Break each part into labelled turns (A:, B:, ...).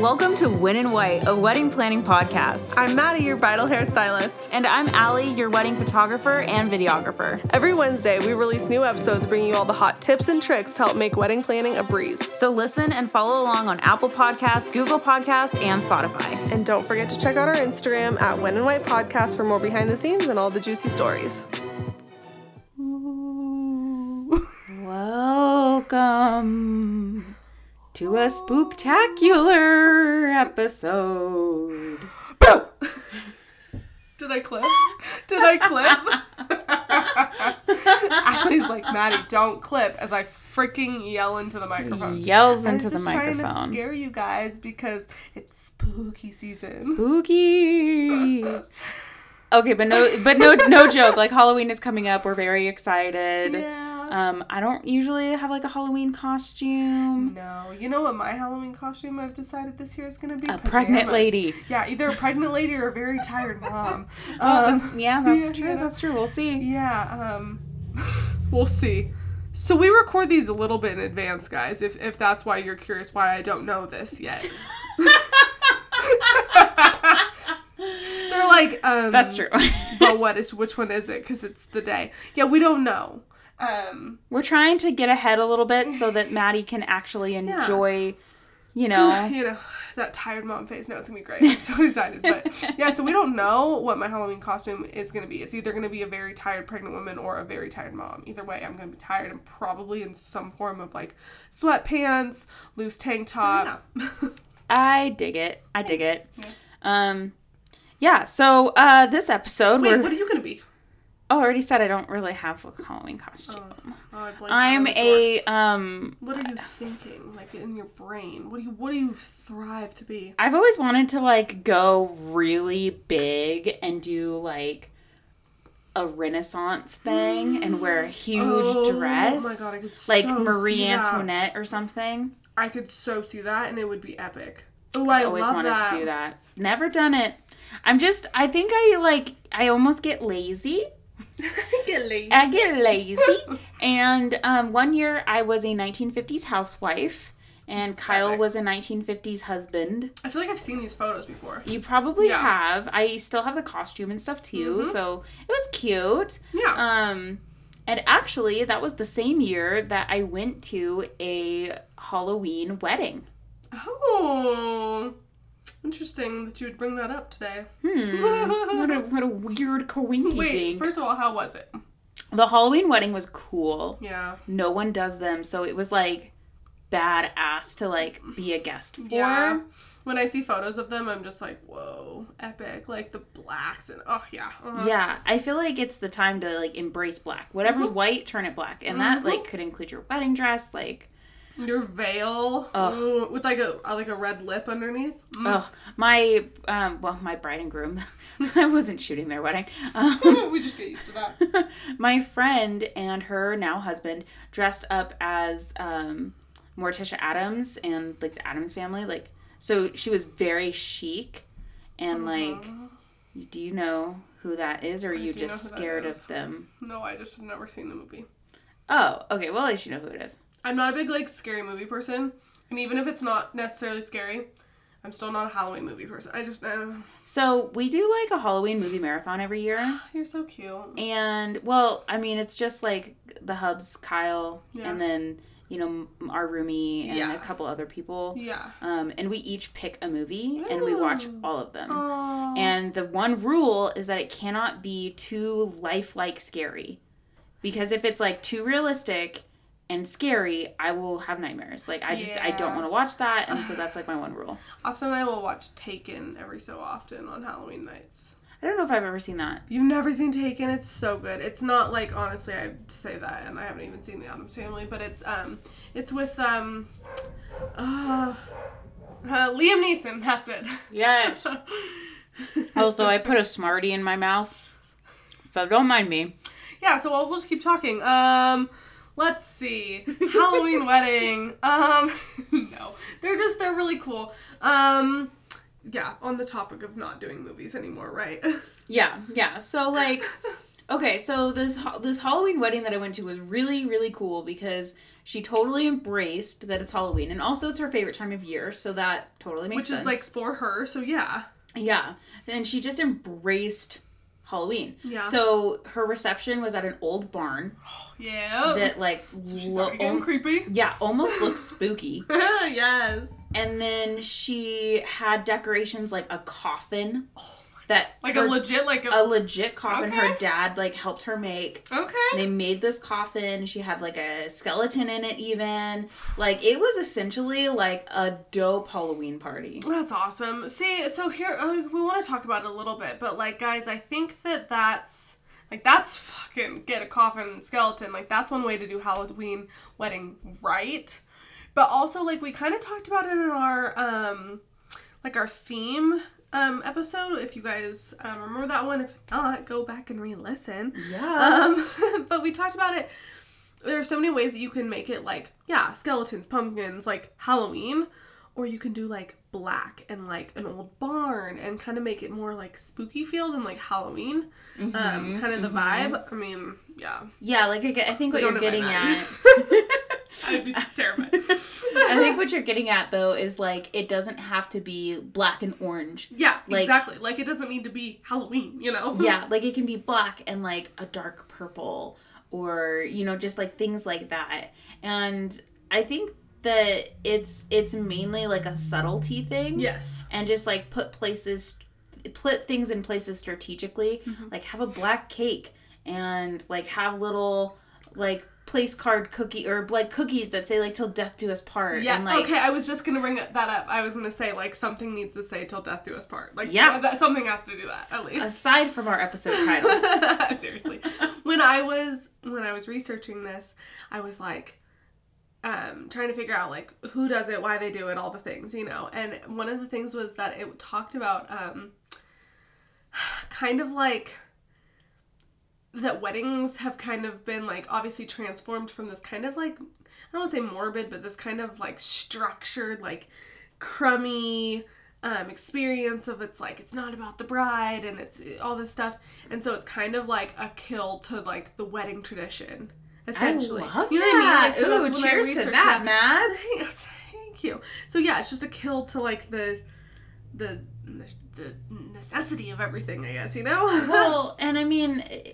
A: Welcome to Win in White, a wedding planning podcast.
B: I'm Maddie, your bridal hairstylist.
A: And I'm Allie, your wedding photographer and videographer.
B: Every Wednesday, we release new episodes bringing you all the hot tips and tricks to help make wedding planning a breeze.
A: So listen and follow along on Apple Podcasts, Google Podcasts, and Spotify.
B: And don't forget to check out our Instagram at When and White Podcast for more behind the scenes and all the juicy stories.
A: Welcome to a spooktacular episode.
B: Did I clip?
C: Did I clip? Allie's like, Maddie, don't clip as I freaking yell into the microphone.
A: Yells
C: I was
A: into the
C: just trying to
A: microphone.
C: scare you guys because it's spooky season.
A: Spooky. Okay, but no, but no, no joke. Like Halloween is coming up. We're very excited.
C: Yeah.
A: Um, I don't usually have like a Halloween costume.
C: No, you know what my Halloween costume I've decided this year is gonna be?
A: A pregnant
C: Pajamas.
A: lady.
C: Yeah, either a pregnant lady or a very tired mom. Um,
A: That's- yeah, that's
C: yeah,
A: true.
C: yeah.
A: That's true. We'll see.
C: yeah. Um, we'll see. So we record these a little bit in advance, guys. If if that's why you're curious why I don't know this yet. They're like, um,
A: That's true.
C: but what is which one is it? Because it's the day. Yeah, we don't know. Um,
A: We're trying to get ahead a little bit so that Maddie can actually enjoy, you know.
C: you know that tired mom face. No, it's gonna be great. I'm so excited. But yeah, so we don't know what my Halloween costume is gonna be. It's either gonna be a very tired pregnant woman or a very tired mom. Either way, I'm gonna be tired and probably in some form of like sweatpants, loose tank top.
A: I dig it. I dig it. Um, yeah. So uh, this episode,
C: Wait,
A: we're
C: what are you gonna be?
A: oh, I already said I don't really have a Halloween costume.
C: Oh, I blanked
A: I'm
C: out on the door.
A: a um.
C: What are you thinking? Like in your brain? What do you What do you thrive to be?
A: I've always wanted to like go really big and do like a Renaissance thing and wear a huge
C: Oh my
A: dress,
C: God, I could
A: like
C: so
A: Marie
C: see that.
A: Antoinette or something.
C: I could so see that, and it would be epic. Oh, I,
A: always
C: love
A: wanted
C: that.
A: to do that. Never done it. I'm just I think I like I almost get lazy. I get lazy. and um, one year I was a 1950s housewife and Kyle
C: Epic.
A: was a 1950s husband.
C: I feel like I've seen these photos before.
A: You probably
C: Yeah. Mm-hmm.
A: have. I still have the costume and stuff too. So it was cute.
C: Yeah.
A: Um and actually that was the same year that I went to a Halloween wedding.
C: oh, interesting that you would bring that up today.
A: What a what a weird coinky
C: Wait,
A: dink.
C: first of all, how was it?
A: The Halloween wedding was cool.
C: Yeah.
A: No one does them, so it was like badass to like be a guest for.
C: Yeah. When I see photos of them, I'm just like, whoa, epic! Like the blacks and oh yeah. Uh,
A: Yeah, I feel like it's the time to like embrace black. Whatever's
C: Mm-hmm.
A: white, turn it black. And that like could include your wedding dress, like
C: Your veil ooh, with like a like a red lip underneath. Mm.
A: oh my um well my bride and groom. I wasn't shooting their wedding. Um,
C: Mm, we just get used to that.
A: my friend and her now husband dressed up as um, Morticia Adams and like the Adams family. Like, so she was very chic,
C: Uh-huh.
A: and like, do you know who that is, or are you
C: do know
A: just
C: who that
A: scared
C: is.
A: of them?
C: No, I just have never seen the movie.
A: Oh, okay. Well, at least you know who it is.
C: I'm not a big like scary movie person, and even if it's not necessarily scary, I'm still not a Halloween movie person. I just uh,
A: So we do like a Halloween movie marathon every year,
C: you're so cute.
A: and well, I mean, it's just like the hubs, Kyle,
C: Yeah.
A: and then you know m- our roomie and
C: Yeah.
A: a couple other people.
C: Yeah.
A: Um, and we each pick a movie and we watch
C: Ooh.
A: all of them.
C: Oh.
A: And the one rule is that it cannot be too lifelike scary. Because if it's like too realistic and scary, I will have nightmares. Like I just I don't
C: Yeah.
A: want to watch that and so that's like my one rule.
C: Austin and I will watch Taken every so often on Halloween nights.
A: I don't know if I've ever seen that.
C: You've never seen Taken? It's so good. It's not like honestly, I say that, and I haven't even seen the Adams Family, but it's um, it's with um, uh, uh, Liam Neeson. That's it.
A: Yes. also, I put a smartie in my mouth. So don't mind me.
C: Yeah. So I'll, we'll just keep talking. Um, let's see, Halloween wedding. Um, no, they're just they're really cool. Um, yeah, on the topic of not doing movies anymore, right?
A: Yeah, yeah. So like Okay, so this ha- this Halloween wedding that I went to was really really cool because she totally embraced that it's Halloween and also it's her favorite time of year, so that totally makes
C: Which
A: sense.
C: is like for her, so yeah.
A: Yeah. And she just embraced Halloween.
C: Yeah.
A: So her reception was at an old barn
C: Yeah.
A: that like
C: She's
A: lo-
C: already getting
A: al-
C: creepy.
A: yeah, almost looks spooky.
C: yes.
A: And then she had decorations like a coffin that
C: Oh Like
A: her-
C: a legit, like a.
A: a legit coffin her
C: Okay.
A: dad like helped her make.
C: okay.
A: They made this coffin. She had like a skeleton in it even. Like it was essentially like a dope Halloween party.
C: That's awesome. See, so here uh, we want to talk about it a little bit, but like, guys, I think that that's like that's fucking get a coffin and skeleton. Like that's one way to do Halloween wedding right. But also, like we kind of talked about it in our um like our theme um episode. If you guys um, remember that one, if not, go back and re-listen.
A: Yeah.
C: Um, but we talked about it. There are so many ways that you can make it like, yeah, skeletons, pumpkins, like Halloween, or you can do like black and like an old barn and kind of make it more like spooky feel than like Halloween.
A: Mm-hmm,
C: um, kind of the vibe. I mean, yeah.
A: yeah, like I, get- I think what
C: Don't
A: you're
C: invite
A: getting
C: Maddie.
A: at
C: I'd be terrified.
A: I think what you're getting at though is like it doesn't have to be black and orange.
C: yeah,
A: Like-
C: exactly. Like it doesn't need to be Halloween, you know?
A: Yeah, like it can be black and like a dark purple or you know just like things like that. And I think that it's it's mainly like a subtlety thing.
C: Yes.
A: And just like put places put things in places strategically.
C: Mm-hmm.
A: Like have a black cake and like have little like place card cookie or like cookies that say like till death do us part
C: Yeah.
A: and like
C: okay, I was just gonna bring that up. I was gonna say like something needs to say till death do us part. Like
A: Yeah.
C: that, something has to do that at least.
A: aside from our episode title
C: Seriously. when I was when I was researching this, I was like um trying to figure out like who does it, why they do it, all the things, you know. And one of the things was that it talked about um kind of like that weddings have kind of been like obviously transformed from this kind of like I don't want to say morbid, but this kind of like structured like crummy um, experience of it's like it's not about the bride and it's uh, all this stuff, and so it's kind of like a kill to like the wedding tradition. Essentially,
A: love
C: you know what I mean? Like, so
A: Ooh,
C: that's when I
A: cheers to
C: researched
A: that, Mads.
C: Yes, Thank you. So yeah, it's just a kill to like the the the necessity of everything, I guess, you know?
A: Well, and I mean, eh,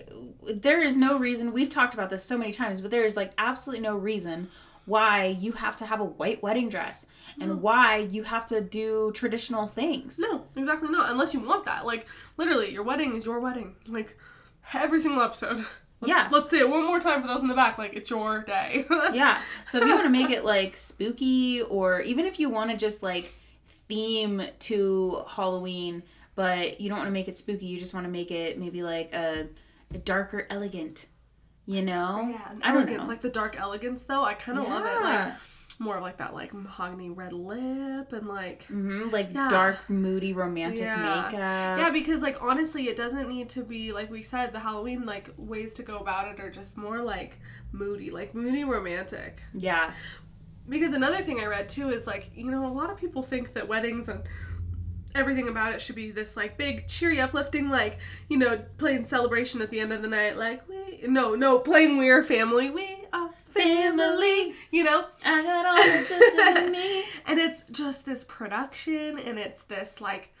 A: there is no reason. We've talked about this so many times, but there is like absolutely no reason why you have to have a white wedding dress and why you have to do traditional things.
C: no, exactly not. Unless you want that. Like literally, your wedding is your wedding. Like every single episode. Let's,
A: Yeah.
C: Let's say it one more time for those in the back. Like it's your day.
A: Yeah. So if you want to make it like spooky, or even if you want to just like theme to Halloween, but you don't want to make it spooky, you just want to make it maybe like a, a darker, elegant. You know,
C: Oh, Yeah, and
A: I don't
C: elegance,
A: know.
C: like the dark elegance though. I kind of love it.
A: Yeah.
C: Like more of like that like mahogany red lip and like
A: hmm like
C: Yeah.
A: dark, moody, romantic
C: Yeah.
A: makeup.
C: Yeah, because like honestly, it doesn't need to be like we said. The Halloween like ways to go about it are just more like moody, like moody romantic.
A: Yeah.
C: Because another thing I read too is like you know a lot of people think that weddings and everything about it should be this like big cheery uplifting like you know playing celebration at the end of the night like we no no playing we are family we are family you know
A: I got all this into me.
C: and it's just this production and it's this like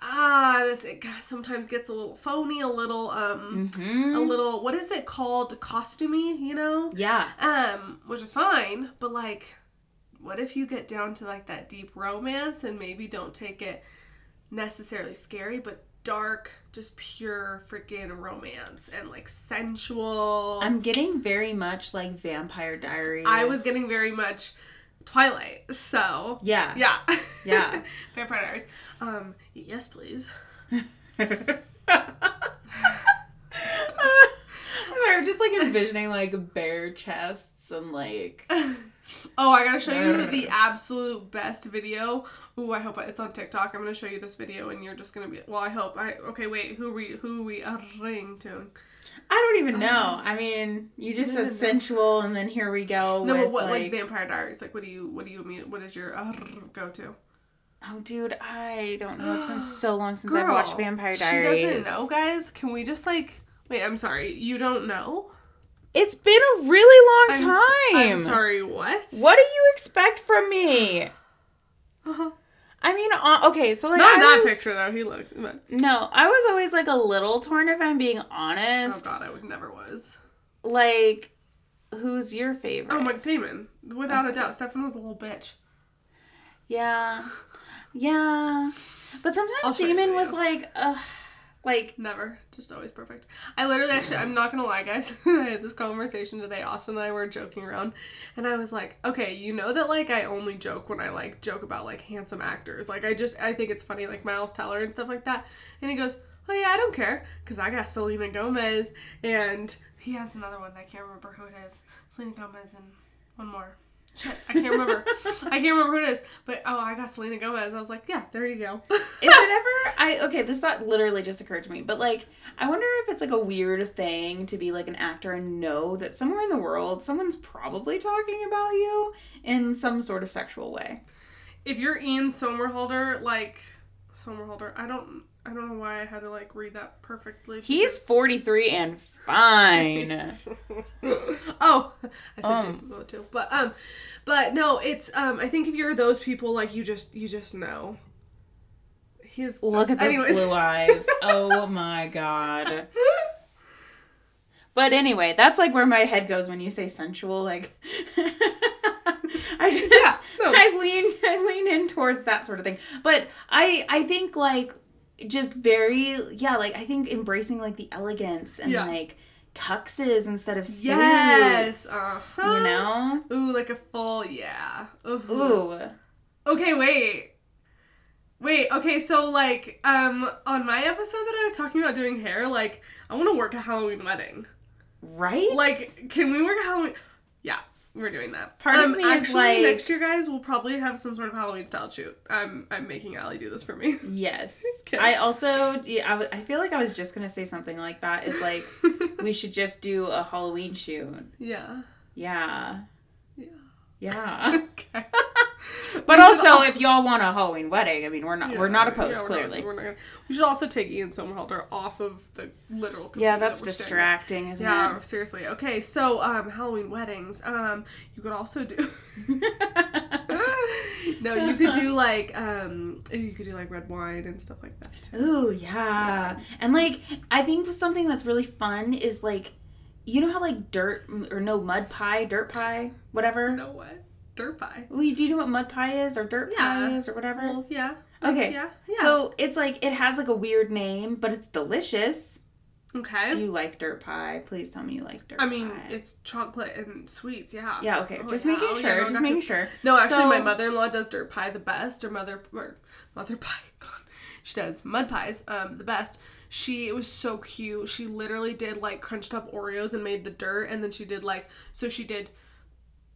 C: ah this it g- sometimes gets a little phony a little um
A: Mm-hmm.
C: a little what is it called costumey you know
A: Yeah.
C: um which is fine but like what if you get down to like that deep romance and maybe don't take it necessarily scary but dark just pure freaking romance and like sensual
A: I'm getting very much like Vampire Diaries.
C: i was getting very much twilight so
A: Yeah.
C: yeah.
A: Yeah.
C: Vampire Diaries. Um, yes, please.
A: I'm just like envisioning like bare chests and like
C: Oh, I gotta show you the absolute best video. Ooh, I hope it's on TikTok. I'm gonna show you this video, and you're just gonna be. Well, I hope. I okay. Wait, who we who we are ring to?
A: I don't even
C: Uh-huh.
A: know. I mean, you just said sensual, and then here we go.
C: No,
A: with,
C: but what like,
A: like,
C: Vampire Diaries? Like, what do you what do you mean? What is your uh, go to?
A: oh, dude, I don't know. It's been so long since I've watched Vampire
C: She
A: Diaries.
C: doesn't know, guys. Can we just like Wait, I'm sorry. You don't know?
A: It's been a really long
C: I'm, s-
A: time.
C: I'm sorry, what?
A: What do you expect from me?
C: Uh-huh.
A: I mean, uh, okay, so like
C: Not
A: I
C: in that
A: was-
C: picture, though. He looks. But,
A: No, I was always like a little torn if I'm being
C: oh,
A: honest.
C: God, I would never was.
A: like, who's your favorite?
C: Oh, Mike Damon. Without a doubt, Stefan was a little bitch.
A: Yeah, yeah. But sometimes
C: I'll show you the
A: Damon was
C: video.
A: like, ugh, like
C: Never. Just always perfect. I literally actually I'm not gonna lie, guys. I had this conversation today. Austin and I were joking around and I was like, okay, you know that like I only joke when I like joke about like handsome actors. Like I just I think it's funny, like Miles Teller and stuff like that. And he goes, Oh yeah, I don't care, because I got Selena Gomez and he has another one, I can't remember who it is. Selena Gomez and one more. Shit, I can't remember. I can't remember who it is. But oh I got Selena Gomez. I was like, Yeah, there you go.
A: Is it ever? I okay. This thought literally just occurred to me, but like, I wonder if it's like a weird thing to be like an actor and know that somewhere in the world someone's probably talking about you in some sort of sexual way.
C: if you're Ian Somerhalder, like Somerhalder, I don't, I don't know why I had to like read that perfectly.
A: He's forty three and fine.
C: oh, I said Jason Momoa too, but um, but no, it's um, I think if you're those people, like you just, you just know. He's
A: Look at
C: just-
A: those
C: anyways.
A: blue eyes. Oh my god. But anyway, that's like where my head goes when you say sensual. Like, I just
C: no.
A: I lean I lean in towards that sort of thing. But I I think like just very yeah like I think embracing like the elegance and
C: Yeah.
A: like tuxes instead of suits.
C: Yes. Uh huh.
A: you know.
C: Ooh, like a full yeah. Uh-huh.
A: Ooh.
C: Okay, wait. Wait, okay, so like, um, on my episode that I was talking about doing hair, like, I wanna work a Halloween wedding.
A: Right.
C: Like, can we work a Halloween? Yeah, we're doing that. Um,
A: Part of me is
C: actually,
A: like-
C: next year, guys, we'll probably have some sort of Halloween style shoot. I'm I'm making Allie do this for me.
A: Yes.
C: Okay.
A: I also, yeah, I, w- I feel like I was just gonna say something like that. Is like we should just do a Halloween shoot.
C: yeah.
A: Yeah.
C: Yeah.
A: Yeah.
C: Okay.
A: but also, if y'all want a Halloween wedding, I mean, we're not we're not opposed,
C: Yeah, we're not-
A: clearly.
C: we're not gonna- we should also take Ian Somerhalder off of the literal. computer
A: yeah,
C: that
A: that's
C: we're staring at.
A: distracting, isn't
C: Yeah, seriously. Okay, so um, Halloween weddings. Um, you could also do.
A: it?
C: no, you could do like um, you could do like red wine and stuff like that. Too.
A: Ooh, yeah. And like, I think something that's really fun is like, you know how like dirt or no mud pie, dirt pie, whatever.
C: No what? Dirt pie.
A: Well, you do you know what mud pie is or dirt
C: Yeah.
A: pie is or whatever?
C: Well, yeah.
A: Okay.
C: Yeah. Yeah.
A: So it's like it has like a weird name, but it's delicious.
C: okay.
A: Do you like dirt pie? Please tell me you like dirt
C: I mean,
A: pie.
C: it's chocolate and sweets. Yeah.
A: yeah, okay.
C: Oh,
A: just
C: yeah.
A: making
C: Oh, yeah,
A: sure.
C: no,
A: just
C: gotcha.
A: making sure.
C: No, actually,
A: So-
C: my mother-in-law does dirt pie the best, or mother or mother pie. God, she does mud pies um, the best. She it was so cute. She literally did like crunched up Oreos and made the dirt, and then she did like so she did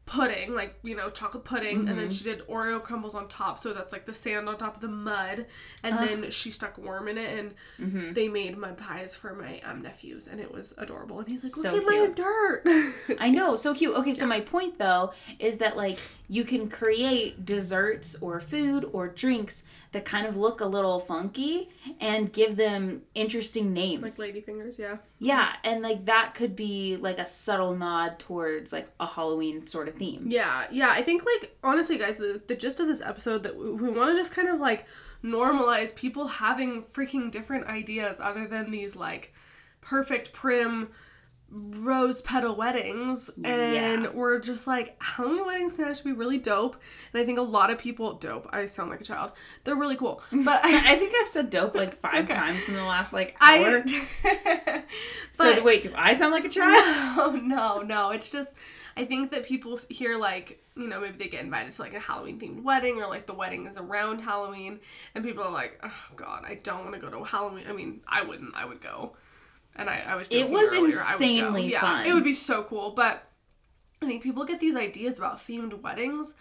C: pudding, like you know chocolate pudding, and
A: Mm-hmm.
C: then she did Oreo crumbles on top. So that's like the sand on top of the mud, and then she stuck worm in it, and
A: Mm-hmm.
C: they made mud pies for my um, nephews, and it was adorable. And he's like,
A: So
C: look at my
A: cute.
C: dirt.
A: I know, so cute. Okay, so my point though is that like you can create desserts or food or drinks that kind of look a little funky and give them interesting names.
C: Lady fingers, yeah.
A: yeah, and like that could be like a subtle nod towards like a Halloween sort of theme.
C: Yeah, yeah. I think like honestly, guys, the, the gist of this episode that we, we want to just kind of like normalize people having freaking different ideas other than these like perfect prim rose petal weddings and
A: Yeah.
C: we're just like Halloween weddings can actually be really dope and I think a lot of people dope I sound like a child they're really cool but I,
A: I think I've said dope like five
C: okay.
A: times in the last like hour.
C: I
A: so
C: but-
A: wait, do I sound like a child?
C: Oh no, no. It's just I think that people hear like, you know, maybe they get invited to like a Halloween themed wedding or like the wedding is around Halloween and people are like, Oh god, I don't wanna go to a Halloween I mean, I wouldn't, I would go. And I, I was joking
A: was
C: earlier, I would go.
A: insanely
C: yeah,
A: fun.
C: It would be so cool, but I think people get these ideas about themed weddings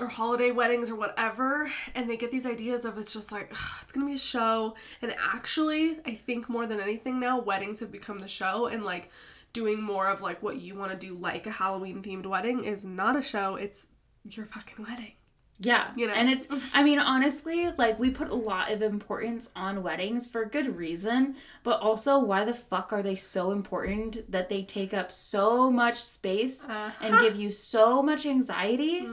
C: or holiday weddings or whatever, and they get these ideas of it's just like "Ugh, it's gonna be a show. And actually, I think more than anything now, weddings have become the show, and like doing more of like what you want to do, like a Halloween themed wedding, is not a show. It's your fucking wedding.
A: Yeah.
C: You know?
A: And it's, I mean, honestly, like, we put a lot of importance on weddings for good reason, but also, why the fuck are they so important that they take up so much space and give you so much anxiety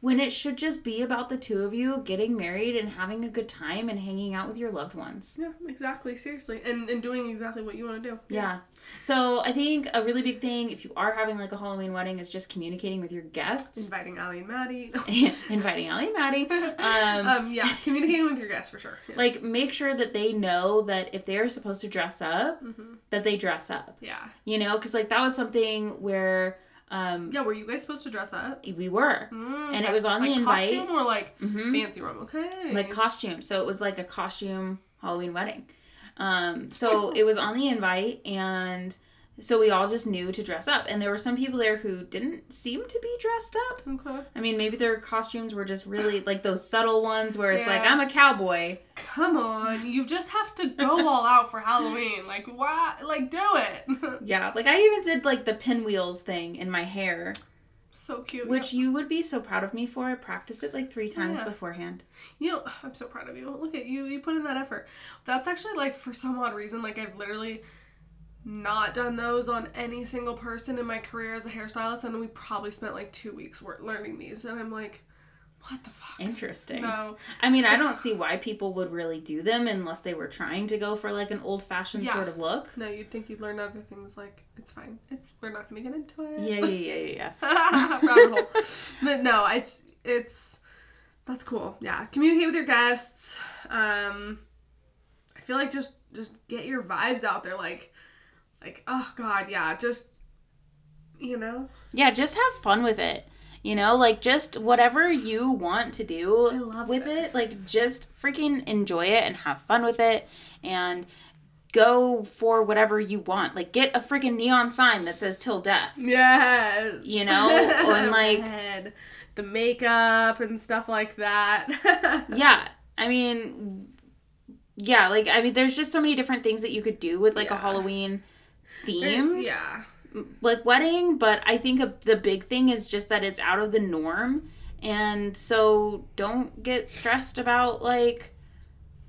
A: when it should just be about the two of you getting married and having a good time and hanging out with your loved ones?
C: Yeah, exactly. Seriously, and and doing exactly what you want to do.
A: Yeah. So I think a really big thing, if you are having like a Halloween wedding, is just communicating with your guests,
C: Inviting Ali and Maddie.
A: inviting Allie and Maddie. Um,
C: um, yeah, communicating with your guests for sure. Yeah.
A: like make sure that they know that if they're supposed to dress up
C: Mm-hmm.
A: that they dress up
C: yeah,
A: you know because like that was something where um
C: yeah. Were you guys supposed to dress up?
A: we were and it was on
C: Mm, like
A: the Mm, invite Mm-hmm.
C: costume or like fancy room. Okay.
A: like costume so it was like a costume halloween wedding um so it was on the invite and so we all just knew to dress up and there were some people there who didn't seem to be dressed up
C: okay.
A: i mean maybe their costumes were just really like those subtle ones where it's like
C: Yeah.
A: i'm a cowboy
C: Come on, you just have to go all out for Halloween. Like why? Like do it.
A: yeah like i even did like the pinwheels thing in my hair
C: so cute.
A: Which you would be so proud of me for. I practiced it like three times
C: Yeah.
A: beforehand.
C: You know, I'm so proud of you. Look at you. You put in that effort. That's actually like for some odd reason, like I've literally not done those on any single person in my career as a hairstylist, and we probably spent like two weeks wor- learning these, and I'm like, what the fuck?
A: Interesting.
C: No.
A: I mean, I don't see why people would really do them unless they were trying to go for like an old fashioned
C: Yeah.
A: sort of look.
C: No, you'd think you'd learn other things. Like it's fine. It's we're not gonna get into it.
A: Yeah, yeah, yeah, yeah, yeah.
C: rabbit hole. But no, it's it's that's cool. Yeah, communicate with your guests. Um, I feel like just just get your vibes out there. Like like oh god, yeah, just you know.
A: Yeah, just have fun with it. You know, like just whatever you want to do
C: love
A: with it,
C: this.
A: like just freaking enjoy it and have fun with it and go for whatever you want. Like get a freaking neon sign that says till death.
C: Yes.
A: You know, and, like-
C: Red, the makeup and stuff like that.
A: yeah i mean yeah like i mean there's just so many different things that you could do with like a
C: Yeah.
A: halloween themed
C: yeah.
A: like wedding but i think a, the big thing is just that it's out of the norm and so don't get stressed about like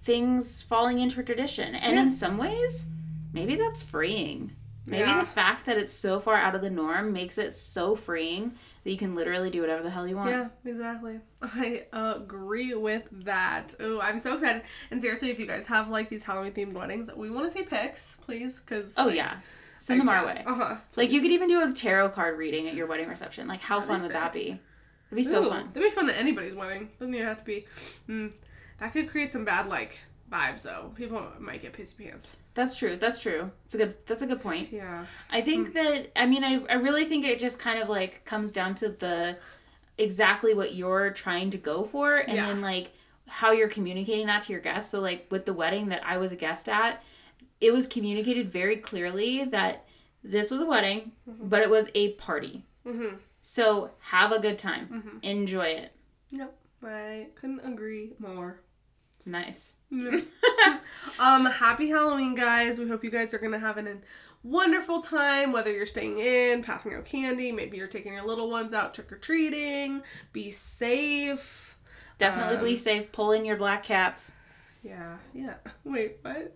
A: things falling into tradition and in some ways maybe that's freeing maybe
C: Yeah.
A: the fact that it's so far out of the norm makes it so freeing that you can literally do whatever the hell you want
C: Yeah, exactly. I agree with that. Oh, I'm so excited. And seriously, if you guys have like these Halloween themed weddings, we want to see pics, please, because
A: oh yeah send them our way
C: Uh-huh.
A: Like you could even do a tarot card reading at your wedding reception. Like how fun would that be? It'd be so
C: Ooh,
A: fun.
C: That'd be fun at anybody's wedding. Doesn't even have to be. Mm, that could create some bad like vibes though. People might get pissy pants.
A: That's true. That's true. It's a good that's a good point.
C: Yeah.
A: I
C: Hmm.
A: think that I mean I, I really think it just kind of like comes down to the exactly what you're trying to go for and
C: Yeah.
A: then like how you're communicating that to your guests. So like with the wedding that I was a guest at, it was communicated very clearly that this was a wedding,
C: Mm-hmm.
A: but it was a party. So have a good time.
C: Mm-hmm.
A: Enjoy it.
C: Yep. I couldn't agree more.
A: Nice.
C: Um, happy Halloween, guys. We hope you guys are gonna have an, an wonderful time, whether you're staying in, passing out candy, maybe you're taking your little ones out trick-or-treating. Be safe.
A: Definitely
C: Um,
A: be safe. Pull in your black cats.
C: Yeah, yeah. Wait, what?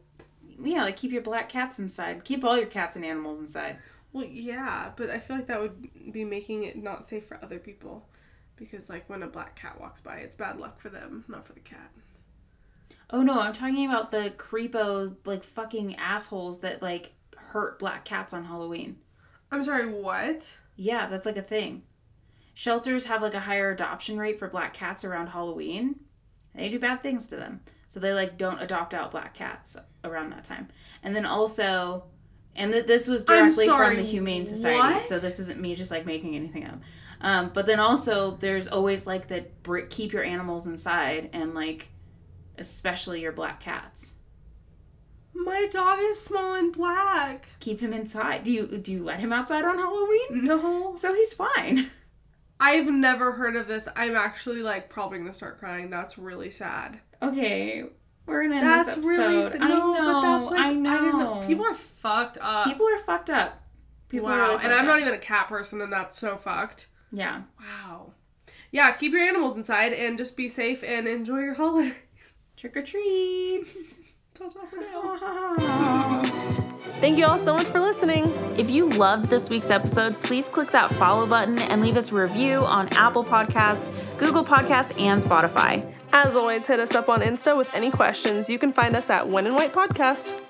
A: Yeah, like keep your black cats inside. Keep all your cats and animals inside.
C: Well, yeah, but I feel like that would be making it not safe for other people. Because, like, when a black cat walks by, it's bad luck for them, not for the cat.
A: Oh no, I'm talking about the creepo, like fucking assholes that like hurt black cats on Halloween.
C: I'm sorry, what?
A: Yeah, that's like a thing. Shelters have like a higher adoption rate for black cats around Halloween. They do bad things to them. So they like don't adopt out black cats around that time. And then also and that this was
C: I'm
A: directly
C: sorry,
A: from the Humane Society,
C: what?
A: so this isn't me just like making anything up. Um, but then also there's always like that br- keep your animals inside and like especially your black cats.
C: My dog is small and black.
A: Keep him inside. Do you do you let him outside on Halloween?
C: No.
A: So he's fine.
C: I've never heard of this. I'm actually, like, probably gonna start crying. That's really sad.
A: Okay, we're gonna end
C: That's
A: this episode.
C: really sad.
A: I
C: No,
A: know,
C: but that's like,
A: I know.
C: didn't People are fucked up.
A: People are fucked up. People
C: wow.
A: are really
C: and
A: fucked
C: I'm not
A: up.
C: even a cat person, and that's so fucked.
A: Yeah,
C: Wow. yeah, keep your animals inside and just be safe and enjoy your holidays.
A: Trick or treats.
C: Ta-ta for now.
B: Thank you all so much for listening.
A: If you loved this week's episode, please click that follow button and leave us a review on Apple Podcast, Google Podcast, and Spotify.
B: As always, hit us up on Insta with any questions. You can find us at When in White Podcast.